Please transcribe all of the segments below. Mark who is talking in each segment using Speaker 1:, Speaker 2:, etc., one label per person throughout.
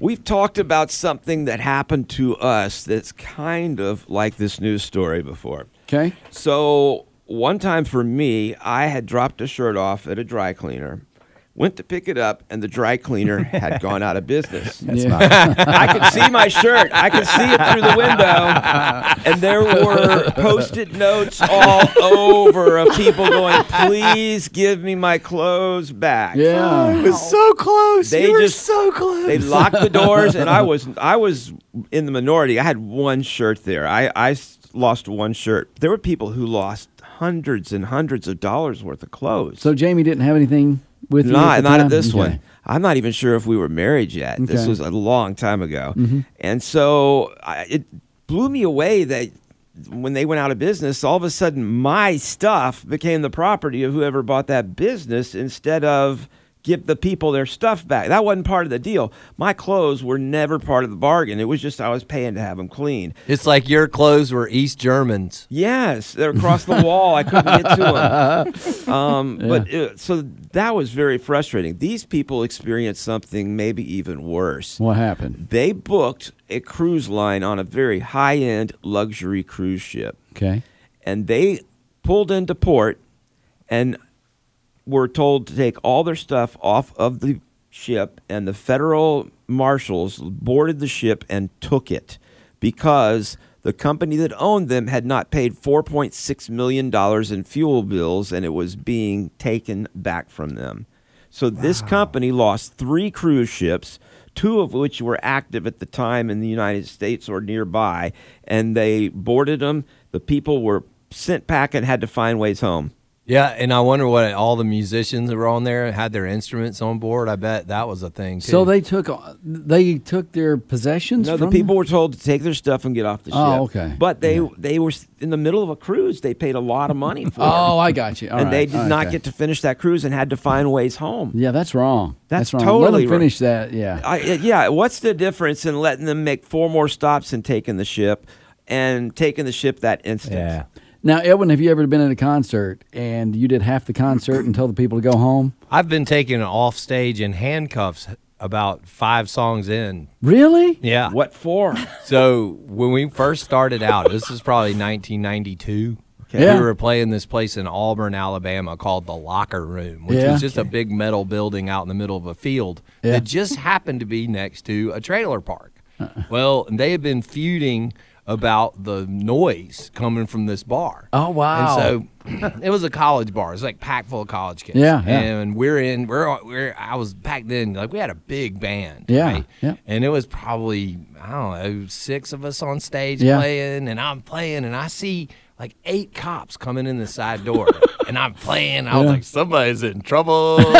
Speaker 1: We've talked about something that happened to us that's kind of like this news story before.
Speaker 2: Okay.
Speaker 1: So, one time for me, I had dropped a shirt off at a dry cleaner, went to pick it up, and the dry cleaner had gone out of business. I could see my shirt. I could see it through the window. And there were post it notes all over of people going, please give me my clothes back.
Speaker 2: Yeah.
Speaker 3: was so close.
Speaker 1: They
Speaker 3: you were
Speaker 1: just-
Speaker 3: so close.
Speaker 1: They locked the doors, and I was I was in the minority. I had one shirt there. I, I s- lost one shirt. There were people who lost hundreds and hundreds of dollars worth of clothes.
Speaker 2: So Jamie didn't have anything with you.
Speaker 1: not
Speaker 2: at the
Speaker 1: not
Speaker 2: time?
Speaker 1: at this
Speaker 2: Okay.
Speaker 1: one. I'm not even sure if we were married yet. This
Speaker 2: Okay. Mm-hmm.
Speaker 1: was a long time ago, and so I, it blew me away that when they went out of business, all of a sudden my stuff became the property of whoever bought that business instead of give the people their stuff back. That wasn't part of the deal. My clothes were never part of the bargain. It was just I was paying to have them clean.
Speaker 3: It's like your clothes were East Germans.
Speaker 1: Yes, they're across the wall. I couldn't get to them. Um, But uh, so that was very frustrating. These people experienced something maybe even worse.
Speaker 2: What happened?
Speaker 1: They booked a cruise line on a very high end luxury cruise ship,
Speaker 2: Okay.
Speaker 1: and they pulled into port and were told to take all their stuff off of the ship, and the federal marshals boarded the ship and took it because the company that owned them had not paid $4.6 million in fuel bills and it was being taken back from them. So this company lost three cruise ships. Two of which were active at the time in the United States or nearby, and they boarded them. The people were sent back and had to find ways home.
Speaker 3: Yeah, and I wonder what all the musicians that were on there had their instruments on board. I bet that was a thing too.
Speaker 2: So they took uh, they took their possessions.
Speaker 1: No,
Speaker 2: from
Speaker 1: the people were told to take their stuff and get off the ship.
Speaker 2: Oh, okay.
Speaker 1: But they they were s- in the middle of a cruise. They paid a lot of money for.
Speaker 2: Oh,
Speaker 1: it.
Speaker 2: I got you. All
Speaker 1: and they
Speaker 2: right.
Speaker 1: did
Speaker 2: All right,
Speaker 1: not
Speaker 2: okay.
Speaker 1: get to finish that cruise and had to find ways home.
Speaker 2: Yeah, that's wrong.
Speaker 1: That's
Speaker 2: wrong. Let
Speaker 1: totally
Speaker 2: them
Speaker 1: wrong.
Speaker 2: finish that. Yeah.
Speaker 1: I, yeah, what's the difference in letting them make four more stops and taking the ship, and taking the ship that instant?
Speaker 3: yeah.
Speaker 2: Now, Edwin, have you ever been at a concert and you did half the concert and told the people to go home?
Speaker 3: I've been taken off stage in handcuffs about five songs in.
Speaker 2: Really?
Speaker 3: Yeah.
Speaker 1: What for?
Speaker 3: So when we first started out, this is probably 1992.
Speaker 2: Yeah.
Speaker 3: We were playing this place in Auburn, Alabama called the Locker Room, which
Speaker 2: Yeah.
Speaker 3: was just a big metal building out in the middle of a field
Speaker 2: Yeah.
Speaker 3: that just happened to be next to a trailer park.
Speaker 2: Uh-uh.
Speaker 3: Well, they had been feuding about the noise coming from this bar.
Speaker 2: Oh, wow.
Speaker 3: And so it was a college bar. It was like packed full of college kids.
Speaker 2: Yeah, yeah.
Speaker 3: And we're in we're we're I was back then like we had a big band.
Speaker 2: Yeah,
Speaker 3: right?
Speaker 2: yeah.
Speaker 3: and it was probably I don't know six of us on stage
Speaker 2: Yeah.
Speaker 3: playing, and I'm playing, and I see like eight cops coming in the side door, and I'm playing. I was like, somebody's in trouble. you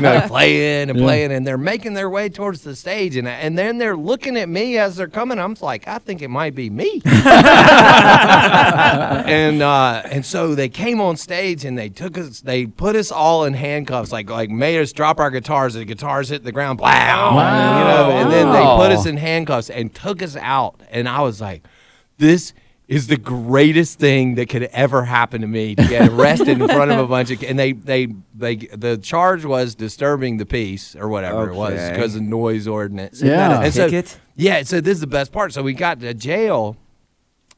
Speaker 3: know, playing and playing, and they're making their way towards the stage, and and then they're looking at me as they're coming. I'm like, I think it might be me and uh, and so they came on stage and they took us, they put us all in handcuffs, like like made us drop our guitars. The guitars hit the ground, wow, you know. And then they put us in handcuffs and took us out. And I was like, this. Is the greatest thing that could ever happen to me to get arrested in front of a bunch of and they they they the charge was disturbing the peace or whatever it was
Speaker 1: Okay.
Speaker 3: because of noise ordinance.
Speaker 2: Yeah.
Speaker 3: and so
Speaker 1: Ticket?
Speaker 3: yeah, so this is the best part. So we got to jail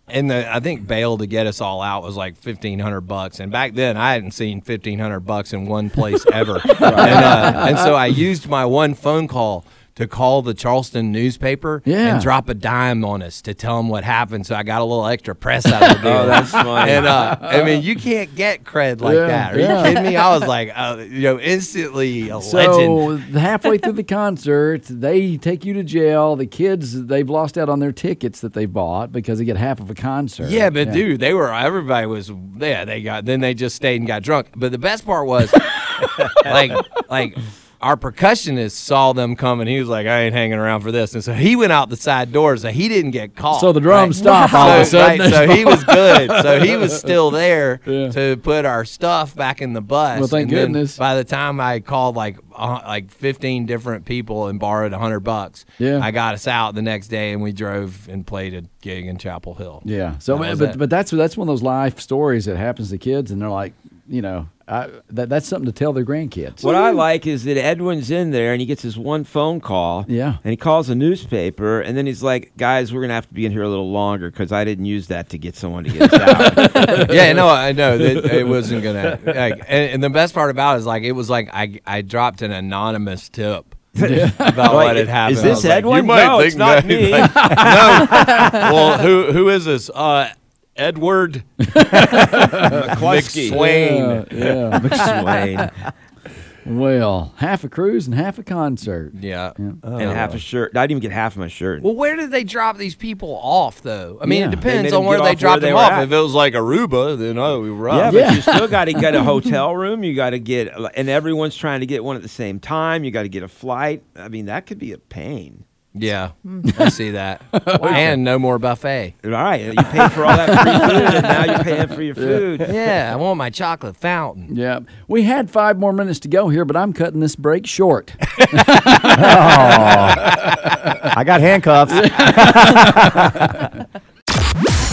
Speaker 3: and the, I think bail to get us all out was like fifteen hundred bucks. And back then, I hadn't seen fifteen hundred bucks in one place ever. and, uh, and so I used my one phone call to call the Charleston newspaper
Speaker 2: Yeah.
Speaker 3: and drop a dime on us to tell them what happened. So I got a little extra press out of the deal.
Speaker 1: Oh, that's funny.
Speaker 3: And uh, I mean, you can't get cred like
Speaker 2: Yeah,
Speaker 3: that. Are
Speaker 2: yeah.
Speaker 3: you kidding me? I was like, uh, you know, instantly a legend.
Speaker 2: So halfway through the concert, they take you to jail. The kids they've lost out on their tickets that they bought because they get half of a concert.
Speaker 3: Yeah, but dude, they were everybody was yeah, they got then they just stayed and got drunk. But the best part was like like our percussionist saw them coming. He was like, I ain't hanging around for this. And so he went out the side door, so he didn't get caught.
Speaker 2: So the drums stop all of a
Speaker 3: So,
Speaker 2: sudden.
Speaker 3: Oh, right, so he was good. So he was still there
Speaker 2: Yeah.
Speaker 3: to put our stuff back in the bus.
Speaker 2: Well, thank
Speaker 3: And then
Speaker 2: goodness.
Speaker 3: by the time I called like uh, like fifteen different people and borrowed hundred bucks,
Speaker 2: Yeah.
Speaker 3: I got us out the next day and we drove and played a gig in Chapel Hill.
Speaker 2: Yeah. So,
Speaker 3: That was
Speaker 2: but
Speaker 3: it.
Speaker 2: but that's that's one of those life stories that happens to kids, and they're like, you know, I, that that's something to tell their grandkids.
Speaker 1: What I like is that Edwin's in there and he gets his one phone call.
Speaker 2: Yeah.
Speaker 1: And he calls a newspaper and then he's like, guys, we're going to have to be in here a little longer because I didn't use that to get someone to get us out.
Speaker 3: yeah, no, I know that it wasn't gonna. Like, and, and the best part about it is like it was like I I dropped an anonymous tip about what had happened.
Speaker 1: Is
Speaker 3: I
Speaker 1: this
Speaker 3: was like,
Speaker 1: Edwin?
Speaker 3: you might
Speaker 1: no,
Speaker 3: think
Speaker 1: it's not
Speaker 3: that-
Speaker 1: me.
Speaker 3: well, who who is this? Uh, Edward
Speaker 1: McCluskey.
Speaker 3: McSwain.
Speaker 2: Yeah, yeah.
Speaker 1: McSwain.
Speaker 2: well, half a cruise and half a concert.
Speaker 3: Yeah.
Speaker 1: and
Speaker 2: Oh.
Speaker 1: half a shirt. I didn't even get half of my shirt.
Speaker 3: Well, where did they drop these people off, though? I mean,
Speaker 2: Yeah.
Speaker 3: it
Speaker 2: They
Speaker 3: depends
Speaker 1: made
Speaker 3: on
Speaker 1: them
Speaker 3: where
Speaker 1: get
Speaker 3: they
Speaker 1: off
Speaker 3: dropped
Speaker 1: where they
Speaker 3: them
Speaker 1: were
Speaker 3: off.
Speaker 1: at.
Speaker 3: If it was like Aruba, then oh, we were
Speaker 1: yeah,
Speaker 3: up.
Speaker 1: but
Speaker 2: Yeah.
Speaker 1: you still got to get a hotel room. You got to get, and everyone's trying to get one at the same time. You got to get a flight. I mean, that could be a pain.
Speaker 3: Yeah, I see that. And no more buffet.
Speaker 1: All right, you paid for all that free food, and now you're paying for your food.
Speaker 3: Yeah, I want my chocolate fountain.
Speaker 2: Yeah. We had five more minutes to go here, but I'm cutting this break short.
Speaker 4: I got handcuffs.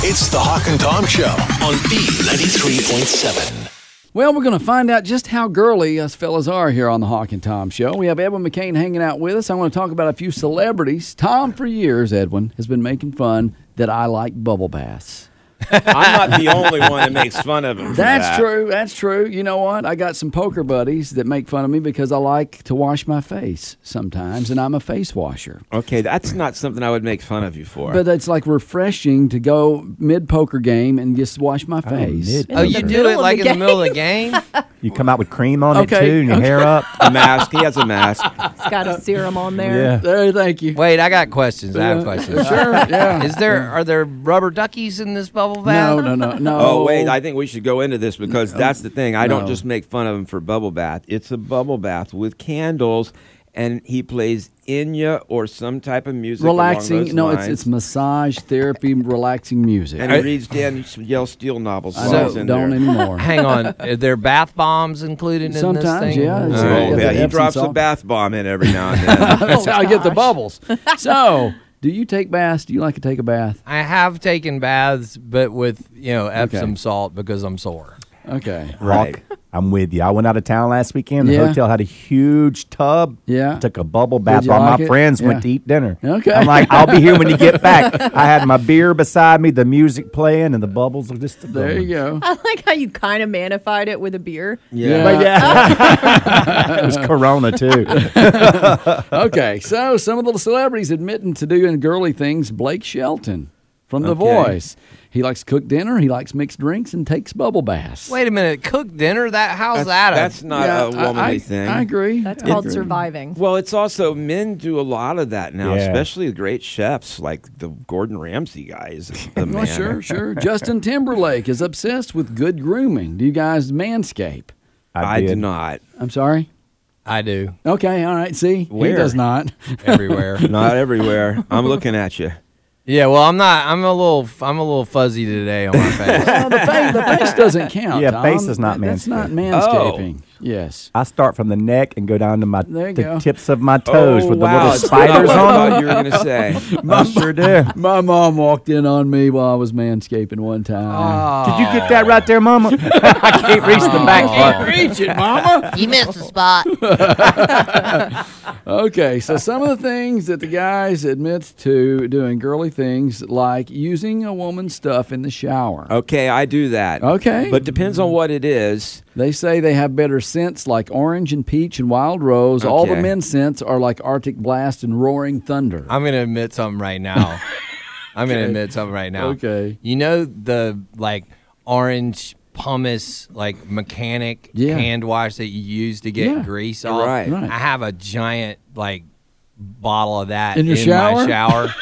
Speaker 5: It's the Hawk and Tom Show on B93.7.
Speaker 2: Well, we're going to find out just how girly us fellas are here on the Hawk and Tom Show. We have Edwin McCain hanging out with us. I want to talk about a few celebrities. Tom, for years, Edwin, has been making fun that I like bubble baths.
Speaker 1: I'm not the only one that makes fun of him. for
Speaker 2: That's
Speaker 1: that.
Speaker 2: true. That's true. You know what? I got some poker buddies that make fun of me because I like to wash my face sometimes, and I'm a face washer.
Speaker 1: Okay, that's not something I would make fun of you for.
Speaker 2: But it's like refreshing to go mid poker game and just wash my face.
Speaker 4: mid-
Speaker 3: Oh,
Speaker 4: In
Speaker 3: you
Speaker 4: the
Speaker 3: do
Speaker 6: middle
Speaker 3: it
Speaker 6: of
Speaker 3: like
Speaker 6: the
Speaker 3: in the middle of the game?
Speaker 4: You come out with cream on
Speaker 2: Okay,
Speaker 4: it too, and your hair up.
Speaker 1: a mask. He has a mask.
Speaker 6: It's got a serum on there.
Speaker 4: Yeah.
Speaker 2: there, thank you.
Speaker 3: Wait, I got questions. I have questions.
Speaker 2: Sure. Yeah.
Speaker 3: Is there are there rubber duckies in this bubble bath?
Speaker 2: No, no, no, no.
Speaker 1: Oh wait, I think we should go into this because that's the thing. I don't
Speaker 2: No.
Speaker 1: just make fun of him for bubble bath. It's a bubble bath with candles, and he plays Inya or some type of music. along those
Speaker 2: relaxing. No, it's
Speaker 1: lines.
Speaker 2: it's massage therapy, relaxing music.
Speaker 1: and he reads Dan Yale Steele novels.
Speaker 2: I
Speaker 1: while
Speaker 3: So-
Speaker 1: he's in
Speaker 2: don't, don't
Speaker 1: there.
Speaker 2: anymore.
Speaker 3: Hang on. Are there bath bombs included in this
Speaker 2: Sometimes,
Speaker 3: thing? Uh,
Speaker 2: yeah. It's-
Speaker 3: All right.
Speaker 1: Oh, yeah,
Speaker 2: Yeah, the
Speaker 1: he
Speaker 2: Epsom
Speaker 1: drops a
Speaker 2: salt.
Speaker 1: bath bomb in every now and then.
Speaker 2: That's how I get the
Speaker 6: gosh.
Speaker 2: bubbles. so, do you take baths? Do you like to take a bath?
Speaker 3: I have taken baths, but with you know Epsom
Speaker 2: Okay.
Speaker 3: salt because I'm sore.
Speaker 2: Okay.
Speaker 1: Right.
Speaker 4: Rock, I'm with you. I went out of town last weekend. The
Speaker 2: Yeah.
Speaker 4: hotel had a huge tub.
Speaker 2: Yeah.
Speaker 4: Took a bubble bath
Speaker 2: you
Speaker 4: while
Speaker 2: like
Speaker 4: my
Speaker 2: it?
Speaker 4: friends
Speaker 2: Yeah.
Speaker 4: went to eat dinner.
Speaker 2: Okay.
Speaker 4: I'm like, I'll be here when you get back. I had my beer beside me, the music playing, and the bubbles are just.
Speaker 2: There you go.
Speaker 6: I like how you kind of manified it with a beer.
Speaker 2: Yeah.
Speaker 4: It was Corona too.
Speaker 2: okay. So, some of the celebrities admitting to doing girly things. Blake Shelton from The
Speaker 1: Okay.
Speaker 2: Voice. He likes to cook dinner. He likes mixed drinks and takes bubble baths.
Speaker 3: Wait a minute, cook dinner? That how's
Speaker 1: that's,
Speaker 3: that? a-
Speaker 1: that's not
Speaker 2: Yeah,
Speaker 1: a
Speaker 2: I-
Speaker 1: womanly
Speaker 2: I,
Speaker 1: thing.
Speaker 2: I agree.
Speaker 6: That's
Speaker 2: I
Speaker 6: called
Speaker 2: agree.
Speaker 6: surviving.
Speaker 1: Well, it's also men do a lot of that now,
Speaker 4: Yeah.
Speaker 1: especially the great chefs like the Gordon Ramsay guys. The
Speaker 2: Well,
Speaker 1: man.
Speaker 2: sure, sure. Justin Timberlake is obsessed with good grooming. Do you guys manscape?
Speaker 1: I, do
Speaker 4: did.
Speaker 1: not.
Speaker 2: I'm sorry.
Speaker 3: I do
Speaker 2: Okay, all right. See,
Speaker 1: Where?
Speaker 2: he does not.
Speaker 3: everywhere.
Speaker 1: Not everywhere. I'm looking at you.
Speaker 3: yeah, well, I'm not. I'm a little. I'm a little fuzzy today on my face.
Speaker 2: Well, the, face, the face doesn't count.
Speaker 4: Yeah,
Speaker 2: Tom.
Speaker 4: face is not
Speaker 2: That's not
Speaker 4: manscaping.
Speaker 2: manscaping.
Speaker 1: Oh.
Speaker 2: Yes.
Speaker 4: I start from the neck and go down to my
Speaker 2: There you
Speaker 4: the
Speaker 2: go.
Speaker 4: tips of my toes
Speaker 1: oh,
Speaker 4: with
Speaker 1: wow.
Speaker 4: the little
Speaker 1: it's what I
Speaker 4: spiders on
Speaker 1: thought
Speaker 4: them.
Speaker 1: You were gonna say.
Speaker 4: I sure do.
Speaker 2: My mom walked in on me while I was manscaping one time.
Speaker 4: Did you get that right there, Mama? I can't reach the
Speaker 1: Oh,
Speaker 4: back part.
Speaker 2: Reach it, mama.
Speaker 7: You missed the spot.
Speaker 2: Okay, so some of the things that the guys admit to doing girly things like using a woman's stuff in the shower.
Speaker 1: Okay, I do that.
Speaker 2: Okay.
Speaker 1: But depends on what it is.
Speaker 2: They say they have better scents like orange and peach and wild rose. All the
Speaker 1: Okay.
Speaker 2: men's scents are like Arctic blast and roaring thunder.
Speaker 3: I'm gonna admit something right now. I'm gonna admit something right now.
Speaker 2: Okay.
Speaker 3: You know the like orange pumice like mechanic
Speaker 2: Yeah.
Speaker 3: hand wash that you use to get
Speaker 2: Yeah.
Speaker 3: grease
Speaker 1: You're
Speaker 3: off.
Speaker 1: right.
Speaker 2: Right.
Speaker 3: I have a giant like bottle of that
Speaker 2: In your
Speaker 3: my
Speaker 2: shower?
Speaker 3: shower.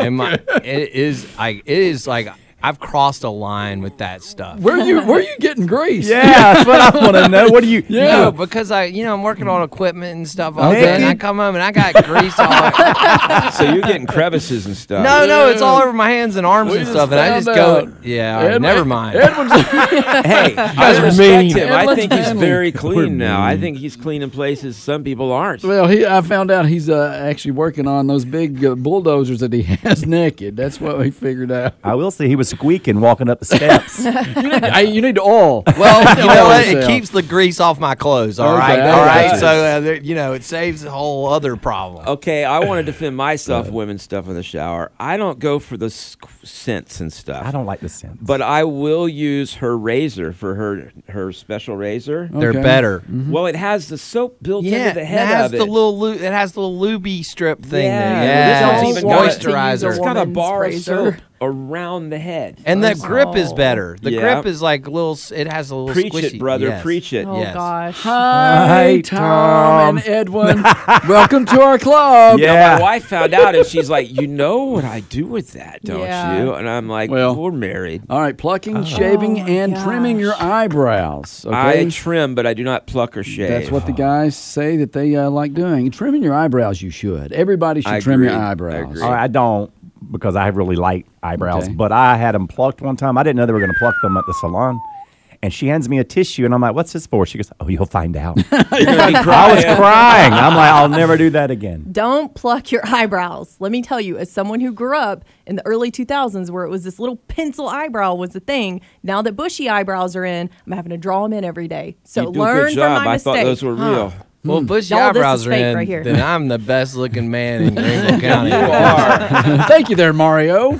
Speaker 3: and my it is like it is like I've crossed a line with that stuff.
Speaker 2: where are you where are you getting grease?
Speaker 4: Yeah, that's what I want to know. What do you?
Speaker 2: Yeah.
Speaker 3: No, because I, you know, I'm working on equipment and stuff. All
Speaker 4: Naked?
Speaker 3: day, and I come home and I got grease all over.
Speaker 1: so you're getting crevices and stuff.
Speaker 3: No, no, it's all over my hands and arms and
Speaker 2: just
Speaker 3: stuff, and I just
Speaker 2: found
Speaker 3: go,
Speaker 2: out.
Speaker 3: yeah, all right, uh, never mind.
Speaker 1: Hey,
Speaker 4: guys
Speaker 1: I
Speaker 4: are
Speaker 1: respect
Speaker 4: mean.
Speaker 1: him. I think he's
Speaker 2: Everyone's
Speaker 1: very clean now. I think he's clean in places some people aren't.
Speaker 2: Well, he, I found out he's uh, actually working on those big uh, bulldozers that he has naked. That's what we figured out.
Speaker 4: I will say he was squeaking walking up the steps.
Speaker 2: Hey, you need to oil.
Speaker 3: Well, you know what? It
Speaker 2: yourself.
Speaker 3: keeps the grease off my clothes. All
Speaker 2: Okay,
Speaker 3: right,
Speaker 2: that's
Speaker 3: all right.
Speaker 2: good.
Speaker 3: So uh, there, you know, it saves a whole other problem.
Speaker 1: Okay, I want to defend myself.
Speaker 4: Uh.
Speaker 1: women's stuff in the shower. I don't go for the s- scents and stuff.
Speaker 4: I don't like the scent.
Speaker 1: But I will use her razor for her her special razor.
Speaker 4: Oh,
Speaker 3: They're
Speaker 2: Okay.
Speaker 3: better.
Speaker 4: mm-hmm.
Speaker 1: Well, it has the soap built
Speaker 3: Yeah,
Speaker 1: into the
Speaker 3: it
Speaker 1: head
Speaker 3: has
Speaker 1: of it.
Speaker 3: the little lu- it has the little lube strip thing.
Speaker 1: Yeah,
Speaker 3: there.
Speaker 1: this
Speaker 3: yeah.
Speaker 1: one's
Speaker 3: it's
Speaker 1: even got-
Speaker 6: It's
Speaker 3: moisturizer.
Speaker 1: it's got a
Speaker 6: woman's
Speaker 1: bar
Speaker 6: razor.
Speaker 1: of soap around the head.
Speaker 3: and the grip is better. The
Speaker 1: Oh. Yeah.
Speaker 3: grip is like little. s- It has a little.
Speaker 1: preach
Speaker 3: squishy.
Speaker 1: it, brother,
Speaker 3: Yes.
Speaker 1: preach it.
Speaker 6: Oh
Speaker 3: Yes.
Speaker 6: gosh.
Speaker 2: Hi,
Speaker 4: Hi,
Speaker 2: Tom
Speaker 4: Tom.
Speaker 2: and Edwin. Welcome to our club.
Speaker 4: Yeah.
Speaker 1: Now, my wife found out, and she's like, "You know what I do with that, don't
Speaker 6: Yeah.
Speaker 1: you?" And I'm like,
Speaker 2: Well,
Speaker 1: "Well, we're married.
Speaker 2: All right, plucking, shaving,
Speaker 6: Oh, my
Speaker 2: and trimming your eyebrows. Okay.
Speaker 1: I trim, but I do not pluck or shave."
Speaker 2: That's what the guys say that they uh, like doing. Trimming your eyebrows, you should. Everybody should
Speaker 1: I
Speaker 2: trim your
Speaker 1: agree. I
Speaker 2: eyebrows.
Speaker 1: agree.
Speaker 4: All right, I don't because I really like eyebrows,
Speaker 2: Okay.
Speaker 4: but I had them plucked one time. I didn't know they were going to pluck them at the salon. And she hands me a tissue, and I'm like, "What's this for?" She goes, "Oh, you'll find out." I was crying. I'm like, "I'll never do that again."
Speaker 6: Don't pluck your eyebrows. Let me tell you, as someone who grew up in the early 2000s where it was this little pencil eyebrow was the thing, now that bushy eyebrows are in, I'm having to draw them in every day. So
Speaker 1: You do a
Speaker 6: learn
Speaker 1: good job.
Speaker 6: from my
Speaker 1: I
Speaker 6: mistake.
Speaker 1: thought those were
Speaker 6: Huh.
Speaker 1: real.
Speaker 3: Well, bushy
Speaker 6: Y'all, this is
Speaker 3: eyebrows are
Speaker 6: fake
Speaker 3: in.
Speaker 6: right here.
Speaker 3: Then I'm the best looking man in Greenville County.
Speaker 2: Thank you there, Mario.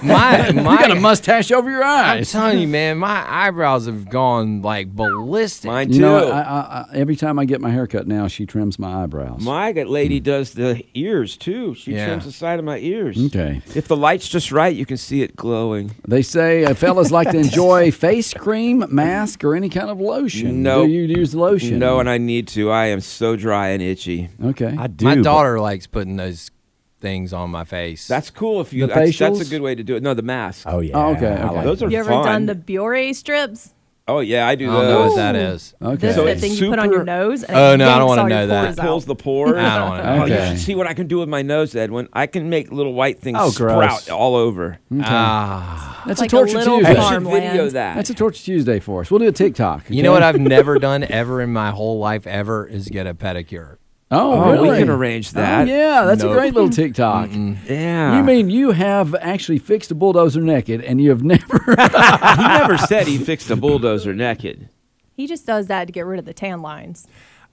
Speaker 3: My, my,
Speaker 2: you got a mustache over your
Speaker 3: I'm
Speaker 2: eyes.
Speaker 3: telling you, man, my eyebrows have gone like ballistic.
Speaker 1: Mine too.
Speaker 2: You know, I, I, I, every time I get my haircut now, she trims my eyebrows.
Speaker 1: my good lady does the ears too. She
Speaker 3: Yeah.
Speaker 1: trims the side of my ears.
Speaker 2: Okay.
Speaker 1: If the light's just right, you can see it glowing.
Speaker 2: They say uh, fellas like to enjoy face cream, mask, or any kind of lotion.
Speaker 1: No.
Speaker 2: Do you use lotion?
Speaker 1: No, and I need to. I am so dry and itchy.
Speaker 2: Okay.
Speaker 4: I do.
Speaker 3: my
Speaker 4: but-
Speaker 3: daughter likes putting those things on my face.
Speaker 1: That's cool if you.
Speaker 2: The
Speaker 1: that's, that's a
Speaker 2: facials?
Speaker 1: good way to do it. No, the mask.
Speaker 4: Oh yeah.
Speaker 2: Oh, okay,
Speaker 4: I
Speaker 2: okay.
Speaker 4: like
Speaker 1: Those are
Speaker 6: You ever
Speaker 1: fun.
Speaker 6: done the Biore strips?
Speaker 1: oh yeah, I do
Speaker 3: I don't know
Speaker 1: those.
Speaker 3: what that is.
Speaker 2: okay.
Speaker 6: This
Speaker 1: So
Speaker 6: the
Speaker 1: it's
Speaker 6: thing you put on
Speaker 1: super-
Speaker 6: your nose. And
Speaker 3: Oh, no, I don't
Speaker 6: want
Speaker 3: wanna
Speaker 6: to
Speaker 3: know that.
Speaker 1: Pills the pores.
Speaker 3: I don't wanna know.
Speaker 1: Oh, you
Speaker 2: Okay.
Speaker 1: should see what I can do with my nose, Edwin. I can make little white things
Speaker 4: Oh,
Speaker 1: sprout
Speaker 4: gross.
Speaker 1: all over.
Speaker 3: Ah,
Speaker 2: That's
Speaker 6: like
Speaker 2: a
Speaker 6: a
Speaker 2: torture
Speaker 6: little
Speaker 2: Tuesday.
Speaker 1: I
Speaker 6: farm.
Speaker 1: should video
Speaker 6: Farmland.
Speaker 1: that.
Speaker 2: That's a torture Tuesday for us. We'll do a TikTok.
Speaker 3: you know what I've never done ever in my whole life ever is get a pedicure.
Speaker 2: Oh,
Speaker 1: Oh,
Speaker 2: really?
Speaker 1: we can arrange that.
Speaker 2: Oh, yeah, that's a
Speaker 3: Nope.
Speaker 2: great little TikTok.
Speaker 1: Yeah.
Speaker 2: You mean you have actually fixed a bulldozer naked, and you have never?
Speaker 1: he never said he fixed a bulldozer naked.
Speaker 6: He just does that to get rid of the tan lines.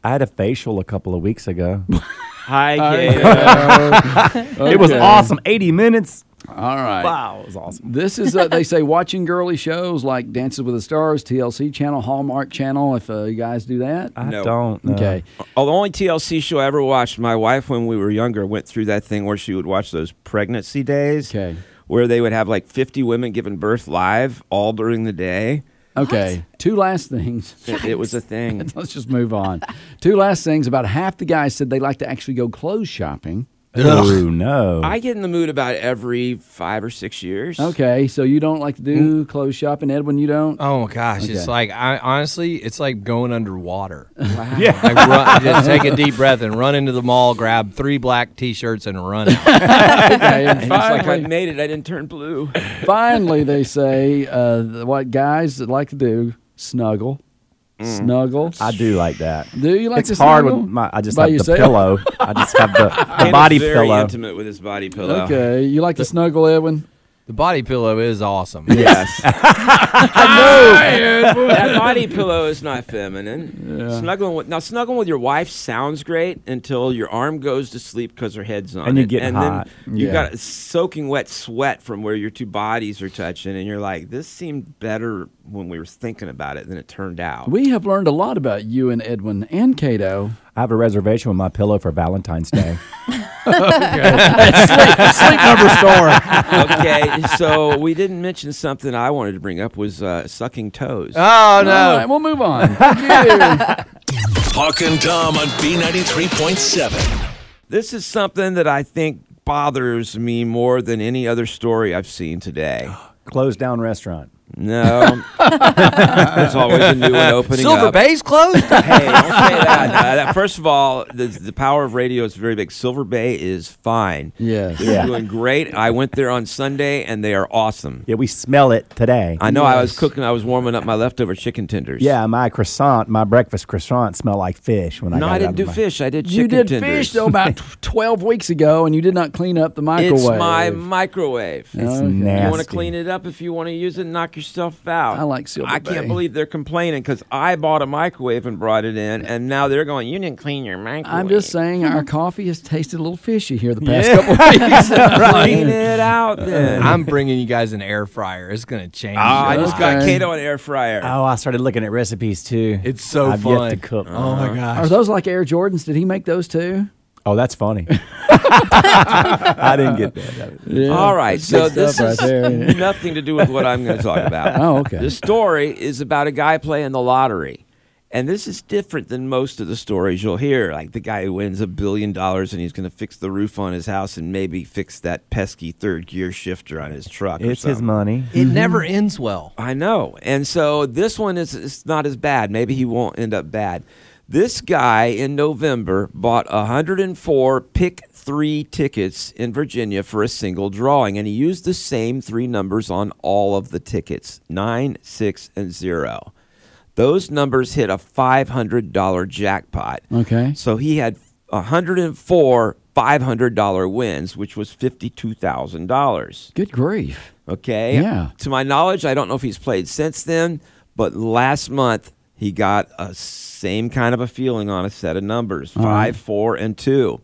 Speaker 4: I had a facial a couple of weeks ago.
Speaker 1: Hi,
Speaker 4: It was awesome. 80 minutes.
Speaker 2: All right.
Speaker 4: Wow, it was awesome.
Speaker 2: This is uh, they say watching girly shows like Dances with the Stars, TLC channel, Hallmark channel. If uh, you guys do that,
Speaker 4: I
Speaker 1: No.
Speaker 4: don't know.
Speaker 2: okay.
Speaker 1: Oh, the only TLC show I ever watched, my wife, when we were younger, went through that thing where she would watch those pregnancy days.
Speaker 2: Okay.
Speaker 1: Where they would have like 50 women giving birth live all during the day.
Speaker 2: Okay. Two last things.
Speaker 1: It, it was a thing.
Speaker 2: Let's just move on. Two last things. About half the guys said they like to actually go clothes shopping.
Speaker 4: Ooh, no.
Speaker 1: I get in the mood about every five or six years.
Speaker 2: Okay, so you don't like to do clothes shopping, Edwin. You don't.
Speaker 3: Oh my gosh,
Speaker 2: Okay.
Speaker 3: it's like I honestly, it's like going underwater.
Speaker 4: yeah.
Speaker 3: Like run, just take a deep breath and run into the mall, grab three black t-shirts and run. Out.
Speaker 2: Okay, and
Speaker 1: And it's like I
Speaker 2: finally,
Speaker 1: made it. I didn't turn blue.
Speaker 2: finally, they say uh, th- what guys that like to do snuggle, snuggle.
Speaker 4: I do like that.
Speaker 2: do you like
Speaker 4: it's
Speaker 2: to
Speaker 4: hard
Speaker 2: snuggle?
Speaker 4: with my. I just
Speaker 2: by
Speaker 4: have
Speaker 2: yourself?
Speaker 4: the pillow. I just have the, the
Speaker 1: And
Speaker 4: body
Speaker 1: very
Speaker 4: pillow.
Speaker 1: intimate with his body pillow.
Speaker 2: Okay, you like to snuggle, Edwin.
Speaker 3: The body pillow is awesome.
Speaker 1: Yes. I know. that body pillow is not feminine. Snuggling with now snuggling with your wife sounds great until your arm goes to sleep because her head's on
Speaker 4: And you
Speaker 1: it.
Speaker 4: get
Speaker 1: and
Speaker 4: hot.
Speaker 1: then you
Speaker 2: Yeah.
Speaker 1: got soaking wet sweat from where your two bodies are touching, and you're like, "This seemed better when we were thinking about it than it turned out."
Speaker 2: We have learned a lot about you and Edwin and Cato.
Speaker 4: I have a reservation with my pillow for Valentine's Day.
Speaker 3: Sleep number store.
Speaker 1: okay, so we didn't mention something I wanted to bring up was uh, sucking toes.
Speaker 3: Oh
Speaker 2: All
Speaker 3: no.
Speaker 2: right, we'll move on. Thank you.
Speaker 5: Hawk and Tom on B93.7.
Speaker 1: This is something that I think bothers me more than any other story I've seen today.
Speaker 4: Closed down restaurant.
Speaker 1: No. There's always a new one opening
Speaker 3: Silver
Speaker 1: up.
Speaker 3: Bay's closed.
Speaker 1: Hey, don't say that. Uh, that- First of all, the, the power of radio is very big. Silver Bay is fine.
Speaker 2: Yes.
Speaker 1: They're
Speaker 4: Yeah.
Speaker 1: doing great. I went there on Sunday, and they are awesome.
Speaker 4: Yeah, we smell it today.
Speaker 1: I know I was cooking. I was warming up my leftover chicken tenders.
Speaker 4: yeah, my croissant, my breakfast croissant smelled like fish when I
Speaker 1: No,
Speaker 4: got
Speaker 1: I
Speaker 4: it out
Speaker 1: didn't
Speaker 4: of
Speaker 1: do
Speaker 4: my-
Speaker 1: fish. I did chicken
Speaker 2: You did
Speaker 1: tenders.
Speaker 2: fish though about tw- twelve weeks ago, and you did not clean up the microwave.
Speaker 1: It's my microwave.
Speaker 4: It's
Speaker 2: Okay.
Speaker 4: nasty.
Speaker 1: You want to clean it up if you want to use it. Knock yourself out.
Speaker 2: I like Silver
Speaker 1: I
Speaker 2: Bay.
Speaker 1: can't believe they're complaining because I bought a microwave and brought it in, and now they're going. You didn't clean your microwave.
Speaker 2: I'm just saying, our coffee has tasted a little fishy here the past couple of weeks.
Speaker 1: clean it out. Then
Speaker 3: I'm bringing you guys an air fryer. It's gonna change.
Speaker 1: Ah, I
Speaker 3: it.
Speaker 1: just got
Speaker 2: Okay.
Speaker 1: Kato on air fryer.
Speaker 4: Oh, I started looking at recipes too.
Speaker 3: It's so
Speaker 4: I've
Speaker 3: fun.
Speaker 4: yet to cook.
Speaker 3: Oh my gosh.
Speaker 2: Are those like Air Jordans? Did he make those too?
Speaker 4: Oh, that's funny. I didn't get that.
Speaker 1: All right, so
Speaker 2: good
Speaker 1: this
Speaker 2: stuff
Speaker 1: is
Speaker 2: right there.
Speaker 1: nothing to do with what I'm going to talk about.
Speaker 2: Oh, okay.
Speaker 1: This story is about a guy playing the lottery. And this is different than most of the stories you'll hear, like the guy who wins a billion dollars and he's going to fix the roof on his house and maybe fix that pesky third gear shifter on his truck. or
Speaker 4: It's his
Speaker 1: something.
Speaker 4: money.
Speaker 3: It never ends well.
Speaker 1: I know. And so this one is it's not as bad. Maybe he won't end up bad. This guy in November bought 104 pick three tickets in Virginia for a single drawing, and he used the same three numbers on all of the tickets nine, six, and zero. Those numbers hit a $500 jackpot.
Speaker 2: Okay.
Speaker 1: So he had 104 $500 wins, which was $52,000.
Speaker 2: Good grief.
Speaker 1: Okay.
Speaker 2: Yeah.
Speaker 1: To my knowledge, I don't know if he's played since then, but last month he got a same kind of a feeling on a set of numbers five, four, and 2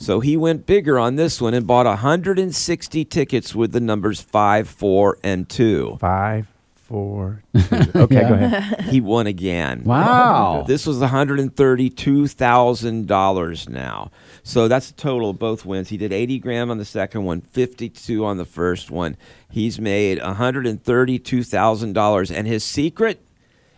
Speaker 1: So he went bigger on this one and bought 160 tickets with the numbers five, four, and two.
Speaker 4: Five, four, two. Okay, go ahead.
Speaker 1: He won again.
Speaker 2: Wow.
Speaker 1: This was $132,000 now. So that's the total of both wins. He did 80 grand on the second one, 52 on the first one. He's made $132,000 and his secret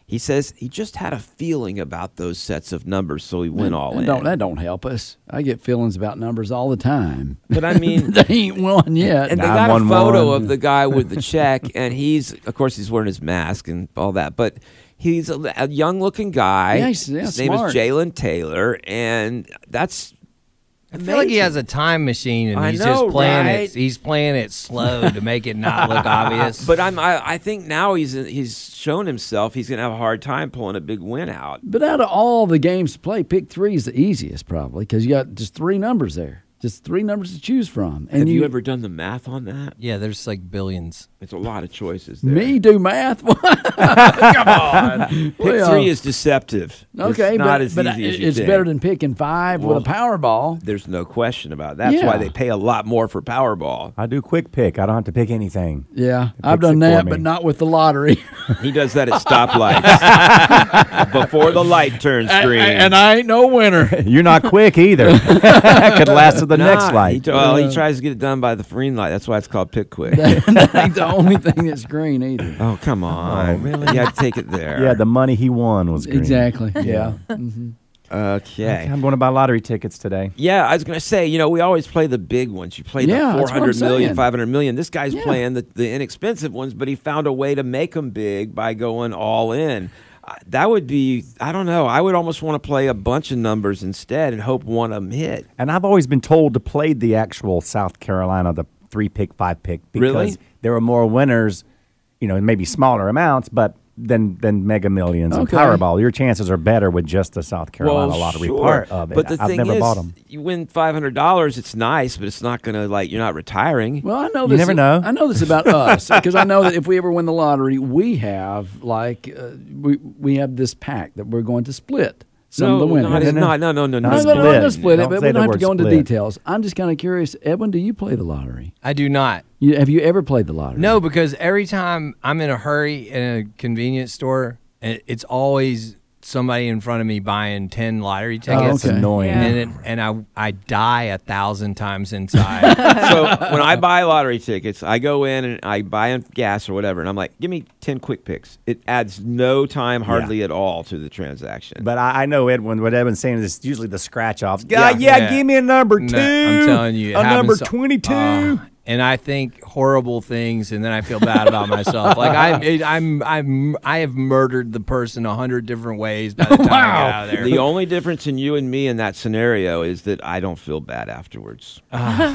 Speaker 1: he says he just had a feeling about those sets of numbers, so he went all
Speaker 2: that
Speaker 1: in.
Speaker 2: don't that don't help us. I get feelings about numbers all the time.
Speaker 1: But I mean,
Speaker 2: They ain't won yet.
Speaker 1: and they got a
Speaker 4: 911.
Speaker 1: photo of the guy with the check, and he's, of course, he's wearing his mask and all that, but he's a, a young-looking guy.
Speaker 2: Yeah, he's- yeah,
Speaker 1: his name
Speaker 2: smart.
Speaker 1: is Jalen Taylor, and that's.
Speaker 3: I feel like he has a time machine and
Speaker 1: I
Speaker 3: he's
Speaker 1: know,
Speaker 3: just playing
Speaker 1: right?
Speaker 3: it. He's playing it slow to make it not look obvious.
Speaker 1: But I'm, I, I think now he's he's shown himself he's gonna have a hard time pulling a big win out.
Speaker 2: But out of all the games to play, pick three is the easiest probably because you got just three numbers there, just three numbers to choose from. And
Speaker 1: have you, ever done the math on that?
Speaker 3: yeah, there's like billions.
Speaker 1: It's a lot of choices. There. Uh,
Speaker 2: me do math?
Speaker 1: pick
Speaker 2: well,
Speaker 1: three is deceptive.
Speaker 2: okay,
Speaker 1: it's
Speaker 2: but,
Speaker 1: not as
Speaker 2: but
Speaker 1: easy
Speaker 2: I-
Speaker 1: as you
Speaker 2: it's
Speaker 1: think.
Speaker 2: better than picking five
Speaker 1: Well,
Speaker 2: with a Powerball.
Speaker 1: There's no question about that. That's
Speaker 2: Yeah.
Speaker 1: why they pay a lot more for Powerball.
Speaker 4: I do quick pick. I don't have to pick anything.
Speaker 2: Yeah,
Speaker 4: It
Speaker 2: I've
Speaker 4: picks it
Speaker 2: done
Speaker 4: for
Speaker 2: that,
Speaker 4: me.
Speaker 2: but not with the lottery.
Speaker 1: He does that at stoplights before the light turns green.
Speaker 2: and I ain't no winner.
Speaker 4: You're not quick either. that could last to the
Speaker 1: Nah,
Speaker 4: next
Speaker 1: He,
Speaker 4: light.
Speaker 1: t- well, he tries to get it done by the green light. That's why it's called pick quick.
Speaker 2: that ain't the only thing that's green either.
Speaker 1: oh come on! really? You had to take it there.
Speaker 4: Yeah, the money he won was green.
Speaker 2: Exactly. Yeah.
Speaker 1: okay.
Speaker 4: I'm going to buy lottery tickets today.
Speaker 1: Yeah, I was going to say, you know, we always play the big ones. You play
Speaker 2: Yeah,
Speaker 1: the
Speaker 2: that's what I'm
Speaker 1: 400 million,
Speaker 2: saying.
Speaker 1: 500 million. This guy's
Speaker 2: Yeah.
Speaker 1: playing the, the inexpensive ones, but he found a way to make them big by going all in. I- That would be, I don't know. I would almost want to play a bunch of numbers instead and hope one of them hit.
Speaker 4: And I've always been told to play the actual South Carolina, the three pick, five pick, because
Speaker 1: Really?
Speaker 4: there were more winners, you know, maybe smaller amounts, but than than Mega Millions
Speaker 2: Okay.
Speaker 4: and Powerball. Your chances are better with just the South Carolina lottery
Speaker 1: sure.
Speaker 4: part of it.
Speaker 1: But the
Speaker 4: I've
Speaker 1: thing
Speaker 4: never
Speaker 1: is,
Speaker 4: bought them.
Speaker 1: you win five hundred dollars. It's nice, but it's not gonna like you're not retiring.
Speaker 2: Well, I know
Speaker 4: You
Speaker 2: this.
Speaker 4: never know.
Speaker 2: I know this about us because I know that if we ever win the lottery, we have like uh, we we have this pack that we're going to split some
Speaker 1: no,
Speaker 2: of the winners.
Speaker 1: not-
Speaker 4: No, no,
Speaker 1: no, no, no, no, no.
Speaker 2: No, no,
Speaker 4: no,
Speaker 2: no, I'm
Speaker 4: Split.
Speaker 2: gonna split it,
Speaker 4: Don't
Speaker 2: but
Speaker 4: say
Speaker 2: we
Speaker 4: the
Speaker 2: don't have to
Speaker 4: word
Speaker 2: go into
Speaker 4: split.
Speaker 2: details. I'm just kind of curious, Edwin. Do you play the lottery?
Speaker 3: I do not.
Speaker 2: You, have you ever played the lottery?
Speaker 3: No, because every time I'm in a hurry in a convenience store, it- it's always somebody in front of me buying ten lottery
Speaker 2: Oh,
Speaker 3: tickets.
Speaker 4: That's
Speaker 2: okay.
Speaker 4: annoying.
Speaker 6: Yeah.
Speaker 3: And it, and I I die a thousand times inside.
Speaker 1: so when I buy lottery tickets, I go in and I buy in gas or whatever, and I'm like, give me ten quick picks. It adds no time, hardly at all, to the transaction.
Speaker 4: But I, I know Edwin. What Edwin's saying is usually the scratch offs. Yeah, yeah,
Speaker 3: Yeah.
Speaker 4: Give me a number two.
Speaker 3: No, I'm telling you, it
Speaker 4: a
Speaker 3: happens
Speaker 4: number
Speaker 3: so-
Speaker 4: twenty-two.
Speaker 3: Uh, and I think horrible things, and then I feel bad about myself. Like I'm, it, I'm, I'm, I have murdered the person a hundred different ways by the time I get out of there.
Speaker 1: the only difference in you and me in that scenario is that I don't feel bad afterwards.
Speaker 4: Ah.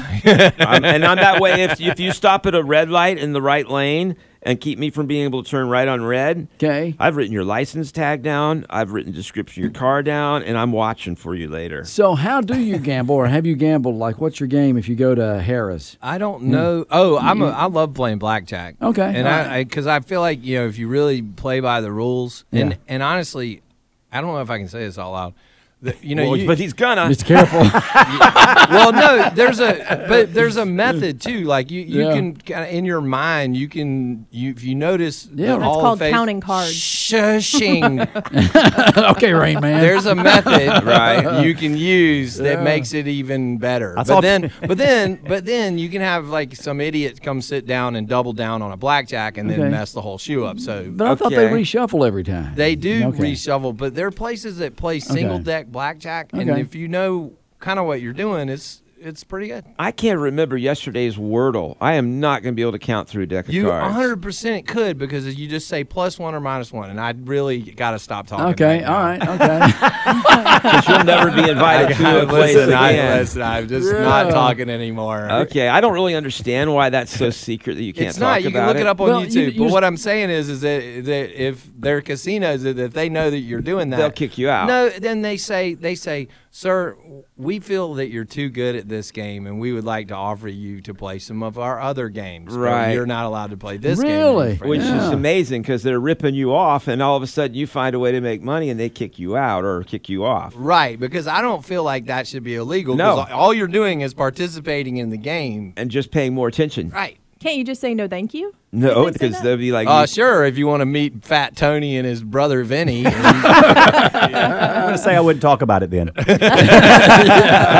Speaker 1: I'm- and I'm that way. If if you stop at a red light in the right lane and keep me from being able to turn right on red,
Speaker 2: 'Kay.
Speaker 1: I've written your license tag down. I've written description of your car down, and I'm watching for you later.
Speaker 2: So how do you gamble, or have you gambled? Like, what's your game if you go to Harris?
Speaker 3: I don't know. Oh, I'm a, I love playing blackjack.
Speaker 2: Okay,
Speaker 3: and
Speaker 2: alright.
Speaker 3: I because I, feel like you know if you really play by the rules, and
Speaker 2: Yeah.
Speaker 3: and honestly, I don't know if I can say this out loud. The- you know,
Speaker 1: Well,
Speaker 3: you-
Speaker 1: but he's gonna.
Speaker 2: Just careful.
Speaker 3: well, no, there's a but there's a method too. Like you, you
Speaker 2: Yeah.
Speaker 3: can kind of in your mind, you can you if you notice.
Speaker 2: Yeah.
Speaker 3: that
Speaker 2: That's
Speaker 3: all the
Speaker 6: called
Speaker 3: face-
Speaker 6: counting cards.
Speaker 3: Shushing.
Speaker 2: okay, Rain Man.
Speaker 3: There's a method
Speaker 1: Right.
Speaker 3: you can use that
Speaker 2: Yeah.
Speaker 3: makes it even better.
Speaker 4: I
Speaker 3: but
Speaker 4: thought-
Speaker 3: then but then but then you can have like some idiot come sit down and double down on a blackjack and
Speaker 2: Okay.
Speaker 3: then mess the whole shoe up. So
Speaker 2: but I thought they
Speaker 1: okay.
Speaker 2: reshuffle every time.
Speaker 3: they do
Speaker 2: Okay.
Speaker 3: reshovel, but there are places that play single deck blackjack and
Speaker 2: Okay.
Speaker 3: if you know kind of what you're doing, it's it's pretty good.
Speaker 1: I can't remember yesterday's Wordle. I am not going to be able to count through a deck of
Speaker 3: You
Speaker 1: cards.
Speaker 3: 100% could because you just say plus one or minus one, and I really got to stop talking.
Speaker 2: Okay, all right, okay.
Speaker 1: 'Cause you'll never be invited to a place
Speaker 3: listen, I,
Speaker 1: again.
Speaker 3: listen, I'm just not talking anymore.
Speaker 1: Okay, I don't really understand why that's so secret that you can't
Speaker 3: It's
Speaker 1: talk
Speaker 3: not. You
Speaker 1: about
Speaker 3: can look it, up on
Speaker 2: Well, you-
Speaker 3: YouTube.
Speaker 2: you-
Speaker 3: but what I'm saying is, is that, that if their casinos, that if they know that you're doing that,
Speaker 1: They'll kick you out.
Speaker 3: No, then they say, they say, sir, we feel that you're too good at this game, and we would like to offer you to play some of our other games. but
Speaker 1: Right.
Speaker 3: you're not allowed to play this
Speaker 2: Really?
Speaker 3: game.
Speaker 1: Which
Speaker 2: Yeah.
Speaker 1: is amazing because they're ripping you off, and all of a sudden you find a way to make money, and they kick you out or kick you off.
Speaker 3: Right, because I don't feel like that should be illegal.
Speaker 1: No.
Speaker 3: 'cause all you're doing is participating in the game.
Speaker 1: And just paying more attention.
Speaker 3: Right.
Speaker 6: Can't you just say no, thank you?
Speaker 1: No,
Speaker 6: Did they say
Speaker 1: because
Speaker 6: that?
Speaker 1: they'll be like,
Speaker 3: Uh,
Speaker 1: you-
Speaker 3: sure, if you want to meet Fat Tony and his brother Vinny,
Speaker 4: I'm gonna say I wouldn't talk about it then.
Speaker 1: that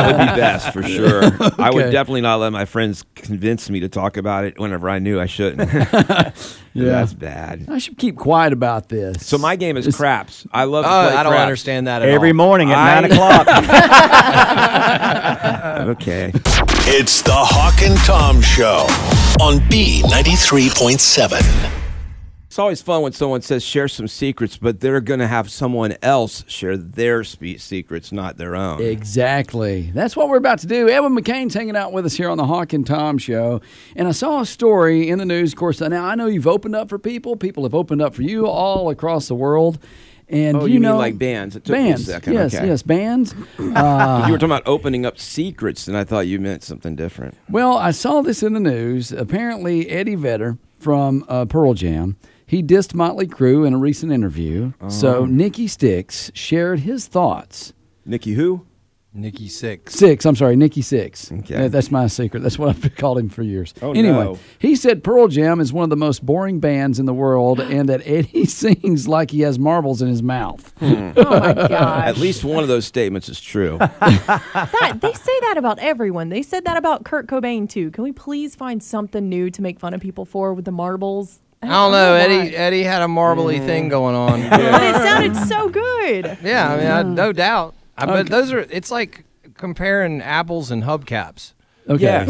Speaker 1: would be best for sure. I would
Speaker 2: Okay.
Speaker 1: definitely not let my friends convince me to talk about it whenever I knew I shouldn't. That's bad.
Speaker 2: I should keep quiet about this.
Speaker 1: So my game is craps. Uh, I love.
Speaker 3: oh,
Speaker 1: to play
Speaker 3: I don't
Speaker 1: craps.
Speaker 3: understand that at
Speaker 4: Every
Speaker 3: all.
Speaker 4: morning at
Speaker 1: I-
Speaker 4: nine o'clock.
Speaker 1: Okay.
Speaker 5: It's the Hawk and Tom Show on B93.7.
Speaker 1: It's always fun when someone says share some secrets, but they're going to have someone else share their spe- secrets, not their own.
Speaker 2: Exactly. That's what we're about to do. Evan McCain's hanging out with us here on the Hawk and Tom show. And I saw a story in the news, of course. Now, I know you've opened up for people. People have opened up for you all across the world. And
Speaker 1: Oh,
Speaker 2: you,
Speaker 1: you mean
Speaker 2: know,
Speaker 1: like bands. It took me a
Speaker 2: bands.
Speaker 1: second.
Speaker 2: Yes,
Speaker 1: Okay.
Speaker 2: yes, bands.
Speaker 1: you were talking about opening up secrets, and I thought you meant something different.
Speaker 2: Well, I saw this in the news. Apparently, Eddie Vedder from uh, Pearl Jam he dissed Motley Crue in a recent interview. So
Speaker 1: Oh.
Speaker 2: Nikki Sticks shared his thoughts.
Speaker 1: Nikki, who?
Speaker 3: Nikki Six.
Speaker 2: Six. I'm sorry, Nikki Six.
Speaker 1: Okay.
Speaker 2: That- that's my secret. That's what I've called him for years.
Speaker 1: Oh,
Speaker 2: anyway,
Speaker 1: no.
Speaker 2: he said Pearl Jam is one of the most boring bands in the world, and that Eddie sings like he has marbles in his mouth.
Speaker 6: Oh my god!
Speaker 1: At least one of those statements is true.
Speaker 6: that, they say that about everyone. They said that about Kurt Cobain too. Can we please find something new to make fun of people for with the marbles?
Speaker 3: I don't know. Eddie
Speaker 6: why.
Speaker 3: Eddie had a marbly thing going on.
Speaker 6: But
Speaker 3: yeah.
Speaker 6: it sounded so good.
Speaker 3: I mean, I, no doubt. I, But those are. It's like comparing apples and hubcaps.
Speaker 2: Okay.
Speaker 1: Yes.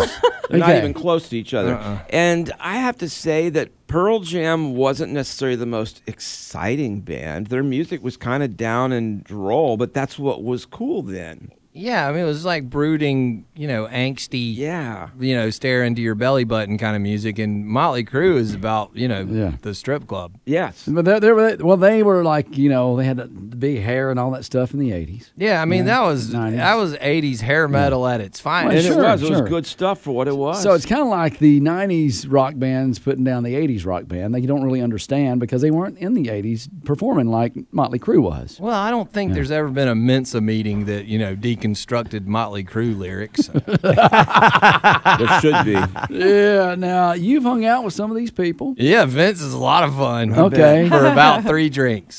Speaker 1: They're not
Speaker 2: Okay.
Speaker 1: even close to each other. And I have to say that Pearl Jam wasn't necessarily the most exciting band. Their music was kind of down and droll, but that's what was cool then.
Speaker 3: yeah, I mean, it was like brooding, you know, angsty,
Speaker 1: Yeah.
Speaker 3: you know, stare into your belly button kind of music. And Motley Crue is about, you know,
Speaker 2: Yeah.
Speaker 3: the strip club.
Speaker 1: Yes.
Speaker 2: But they, they were, well, they were like you know they had the big hair and all that stuff in the eighties.
Speaker 3: Yeah, I mean, that was
Speaker 2: 90s.
Speaker 3: that was '80s hair metal at its
Speaker 1: And
Speaker 3: finest.
Speaker 2: Well,
Speaker 1: it
Speaker 2: sure,
Speaker 1: was. It
Speaker 2: sure.
Speaker 1: was good stuff for what it was.
Speaker 2: So it's kind of like the '90s rock bands putting down the '80s rock band that you don't really understand because they weren't in the '80s performing like Motley Crue was.
Speaker 3: Well, I don't think there's ever been a Mensa meeting that you know deconstructed Motley Crue lyrics.
Speaker 1: it should be.
Speaker 2: Yeah. Now you've hung out with some of these people.
Speaker 3: yeah, Vince is a lot of fun. I
Speaker 2: Okay.
Speaker 3: bet, for about three drinks,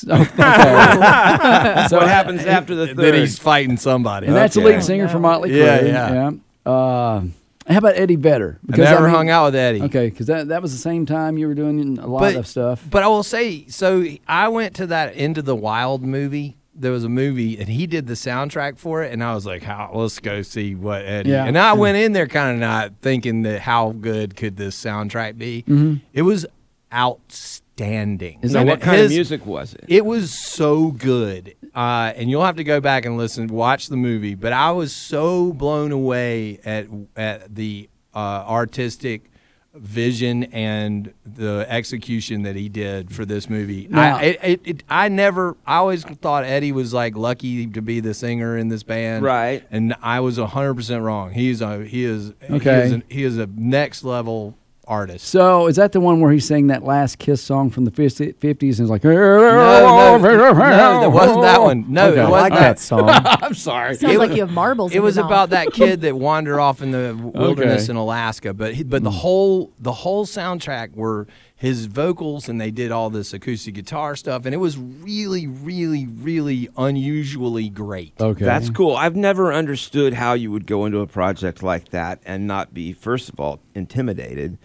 Speaker 1: That's what happens after the
Speaker 3: then
Speaker 1: third.
Speaker 3: he's fighting somebody.
Speaker 2: And that's the
Speaker 1: Okay.
Speaker 2: lead singer for Motley Crue.
Speaker 3: Yeah, yeah.
Speaker 2: Uh, how about Eddie Vedder?
Speaker 3: I
Speaker 2: Because,
Speaker 3: never
Speaker 2: mean-
Speaker 3: hung out with Eddie.
Speaker 2: Okay, because that, that was the same time you were doing a lot of stuff.
Speaker 3: But I will say, so I went to that Into the Wild movie. There was a movie, and he did the soundtrack for it, and I was like, "How? Let's go see what Eddie."
Speaker 2: Yeah.
Speaker 3: And I went in there kind of not thinking that how good could this soundtrack be. It was outstanding.
Speaker 2: Mm-hmm. Is
Speaker 1: Now,
Speaker 3: And
Speaker 1: what kind of
Speaker 3: his-
Speaker 1: music was it?
Speaker 3: It was so good. Uh, and you'll have to go back and listen, watch the movie. But I was so blown away at, at the uh, artistic vision and the execution that he did for this movie.
Speaker 2: Now-
Speaker 3: I, it, it, it, I never, I always thought Eddie was like lucky to be the singer in this band.
Speaker 1: Right.
Speaker 3: And I was 100% wrong. He's a, he is,
Speaker 2: Okay.
Speaker 3: he is, an, he is a next level artist.
Speaker 2: So is that the one where he sang that last Kiss song from the fifties and it's like no,
Speaker 3: No, no, no, that wasn't that one. No,
Speaker 2: Okay.
Speaker 3: it
Speaker 4: I
Speaker 3: wasn't
Speaker 4: like that song.
Speaker 2: I'm sorry.
Speaker 6: Sounds
Speaker 3: It
Speaker 6: like
Speaker 3: was-
Speaker 6: you have marbles.
Speaker 3: It
Speaker 6: in
Speaker 3: was
Speaker 6: your mouth.
Speaker 3: about that kid that wandered off in the wilderness
Speaker 2: Okay.
Speaker 3: in Alaska, but he, but the whole the whole soundtrack were his vocals, and they did all this acoustic guitar stuff, and it was really, really, really unusually great.
Speaker 2: Okay.
Speaker 1: That's cool. I've never understood how you would go into a project like that and not be, first of all, intimidated,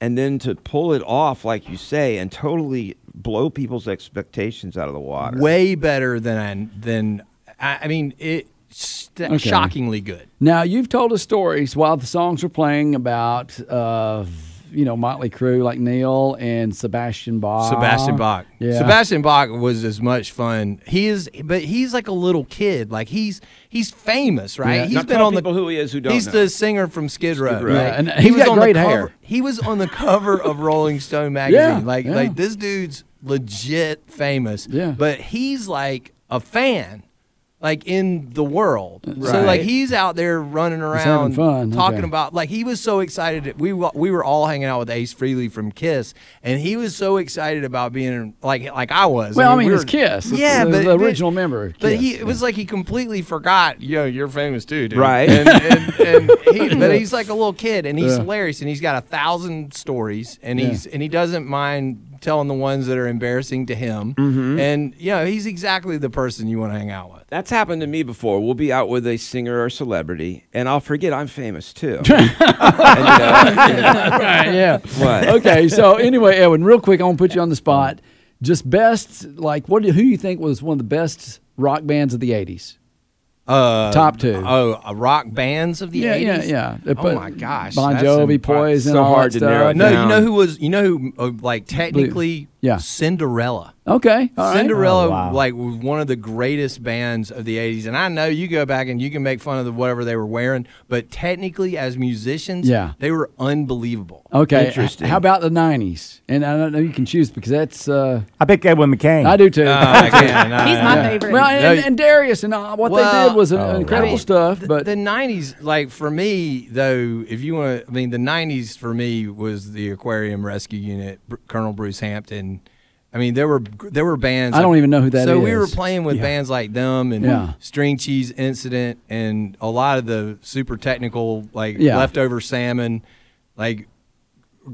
Speaker 1: and then to pull it off, like you say, and totally blow people's expectations out of the water.
Speaker 3: Way better than than I, I mean it. St-
Speaker 2: Okay.
Speaker 3: Shockingly good.
Speaker 2: now you've told us stories while the songs were playing about uh, you know Motley Crue like Neil and Sebastian Bach.
Speaker 3: Sebastian Bach.
Speaker 2: Yeah.
Speaker 3: Sebastian Bach was as much fun. He is, but he's like a little kid. Like he's he's famous, right?
Speaker 2: Yeah.
Speaker 3: He's
Speaker 1: Now
Speaker 3: been
Speaker 1: tell
Speaker 3: on the
Speaker 1: people who he is who don't
Speaker 3: He's
Speaker 1: know.
Speaker 3: the singer from Skid Row,
Speaker 1: Row.
Speaker 3: right?
Speaker 2: Yeah, and he's got
Speaker 3: on the
Speaker 2: great
Speaker 3: cover-
Speaker 2: hair.
Speaker 3: He was on the cover of Rolling Stone magazine.
Speaker 2: Yeah,
Speaker 3: like
Speaker 2: yeah.
Speaker 3: like this dude's legit famous.
Speaker 2: Yeah.
Speaker 3: but he's like a fan. Like in the world, so
Speaker 1: Right.
Speaker 3: like he's out there running around,
Speaker 2: having fun,
Speaker 3: talking
Speaker 2: okay.
Speaker 3: about about- like he was so excited that we wa- we were all hanging out with Ace Freely from Kiss, and he was so excited about being in- like like I was.
Speaker 2: Well, I mean,
Speaker 3: we
Speaker 2: it's Kiss. It's
Speaker 3: yeah,
Speaker 2: the-
Speaker 3: but
Speaker 2: the
Speaker 3: but-
Speaker 2: original member of
Speaker 3: But
Speaker 2: Kiss,
Speaker 3: he it was like he completely forgot. You know, you're famous too, dude.
Speaker 1: Right.
Speaker 3: And, and, and he, but he's like a little kid, and he's
Speaker 2: Yeah.
Speaker 3: hilarious, and he's got a thousand stories, and he's and he doesn't mind telling the ones that are embarrassing to him, and you know he's exactly the person you want to hang out with.
Speaker 1: That's happened to me before. We'll be out with a singer or celebrity, and I'll forget I'm famous too. And, uh, you know,
Speaker 2: yeah.
Speaker 1: What?
Speaker 2: Okay. So anyway, Edwin, real quick, I want to put you on the spot. Just best, like, what do who you think was one of the best rock bands of the '80s?
Speaker 3: Uh,
Speaker 2: Top two.
Speaker 3: Oh, uh, rock bands of the
Speaker 2: yeah,
Speaker 3: 80s?
Speaker 2: yeah, yeah. They
Speaker 3: Oh
Speaker 2: put
Speaker 3: my gosh,
Speaker 2: Bon
Speaker 3: that's
Speaker 2: Jovi,
Speaker 3: impo-
Speaker 2: Poison,
Speaker 1: so
Speaker 2: all that
Speaker 1: hard to
Speaker 2: stuff.
Speaker 1: narrow it
Speaker 3: Uh, No, you
Speaker 1: down.
Speaker 3: know who was? You know who? Uh, like technically,
Speaker 2: Yeah.
Speaker 3: Cinderella.
Speaker 2: Okay, all right.
Speaker 3: Cinderella,
Speaker 4: Oh, wow.
Speaker 3: like was one of the greatest bands of the '80s, and I know you go back and you can make fun of the, whatever they were wearing, but technically, as musicians,
Speaker 2: Yeah.
Speaker 3: they were unbelievable.
Speaker 2: Okay,
Speaker 1: Interesting.
Speaker 2: How about the '90s? And I don't know. You can choose because that's uh,
Speaker 4: I pick Edwin McCain.
Speaker 2: I do too.
Speaker 3: I can't, I-
Speaker 6: He's my favorite.
Speaker 2: well, and,
Speaker 3: No.
Speaker 2: and Darius and uh, what they
Speaker 3: Well-
Speaker 2: did was an,
Speaker 4: Oh,
Speaker 2: incredible
Speaker 3: I mean,
Speaker 2: stuff.
Speaker 3: th-
Speaker 2: But
Speaker 3: the '90s, like for me though, if you want to, I mean, the '90s for me was the Aquarium Rescue Unit, Br- Colonel Bruce Hampton. I mean, there were there were bands.
Speaker 2: I don't even know who that
Speaker 3: that is. so we
Speaker 2: is.
Speaker 3: were playing with bands like them and
Speaker 2: Yeah.
Speaker 3: String Cheese Incident and a lot of the super technical like
Speaker 2: Yeah.
Speaker 3: leftover salmon, like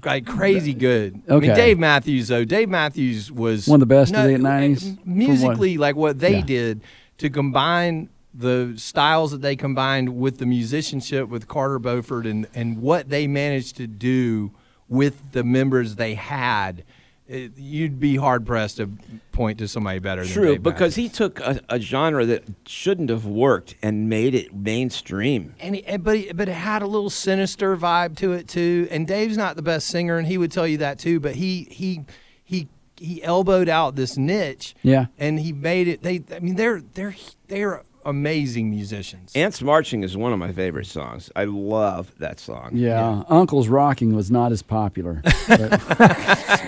Speaker 3: like crazy good. I
Speaker 2: Okay.
Speaker 3: mean, Dave Matthews though. Dave Matthews was
Speaker 2: One of the best of the 90s,
Speaker 3: m-
Speaker 2: from what-
Speaker 3: Musically, like what they
Speaker 2: Yeah.
Speaker 3: did to combine the styles that they combined with the musicianship with Carter Beauford and and what they managed to do with the members they had, it, you'd be hard pressed to point to somebody better. than
Speaker 1: True,
Speaker 3: Dave
Speaker 1: because
Speaker 3: Matthews.
Speaker 1: he took a, a genre that shouldn't have worked and made it mainstream.
Speaker 3: and, he, and- but he, but it had a little sinister vibe to it too. And Dave's not the best singer, and he would tell you that too. But he he he he elbowed out this niche,
Speaker 2: Yeah.
Speaker 3: and he made it. They I mean they're they're they're amazing musicians.
Speaker 1: Ants Marching is one of my favorite songs. I love that song.
Speaker 2: Yeah, Uncle's Rocking was not as popular. But-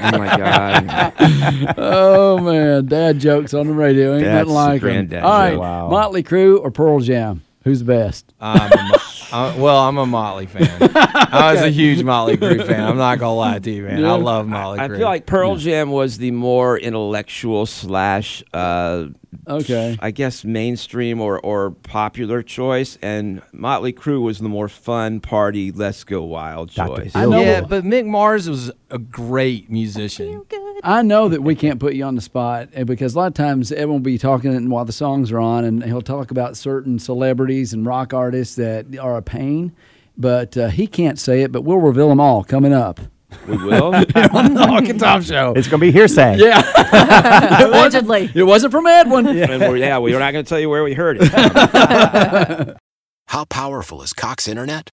Speaker 1: Oh my God.
Speaker 2: oh man, dad jokes on the radio ain't
Speaker 1: That's
Speaker 2: nothing like
Speaker 1: the
Speaker 2: 'em.
Speaker 1: granddad
Speaker 2: All right,
Speaker 1: joke.
Speaker 4: Wow.
Speaker 2: Motley Crue or Pearl Jam, who's the best?
Speaker 3: I'm a Mo- uh, well, I'm a Motley fan. I was a huge Motley Crue fan. I'm not gonna lie to you, man. I love Motley
Speaker 1: I
Speaker 3: Crue.
Speaker 1: feel like Pearl Jam was the more intellectual slash, uh,
Speaker 2: Okay.
Speaker 1: I guess mainstream or, or popular choice, and Motley Crue was the more fun party, let's go wild
Speaker 4: Dr.
Speaker 1: choice.
Speaker 4: Phil.
Speaker 2: know-
Speaker 3: yeah, but Mick Mars was a great musician.
Speaker 2: I know that we can't put you on the spot eh, because a lot of times everyone will be talking and while the songs are on, and he'll talk about certain celebrities and rock artists that are a pain, but uh, he can't say it. But we'll reveal them all coming up.
Speaker 1: We will.
Speaker 2: on the Hawk and Tom Show.
Speaker 4: It's going to be hearsay.
Speaker 2: yeah,
Speaker 6: Allegedly.
Speaker 2: it wasn't from Edwin.
Speaker 1: And we're, yeah, we're not going to tell you where we heard it.
Speaker 8: How powerful is Cox Internet?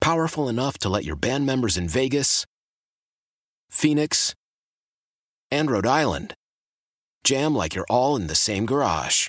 Speaker 8: Powerful enough to let your band members in Vegas, Phoenix, and Rhode Island jam like you're all in the same garage.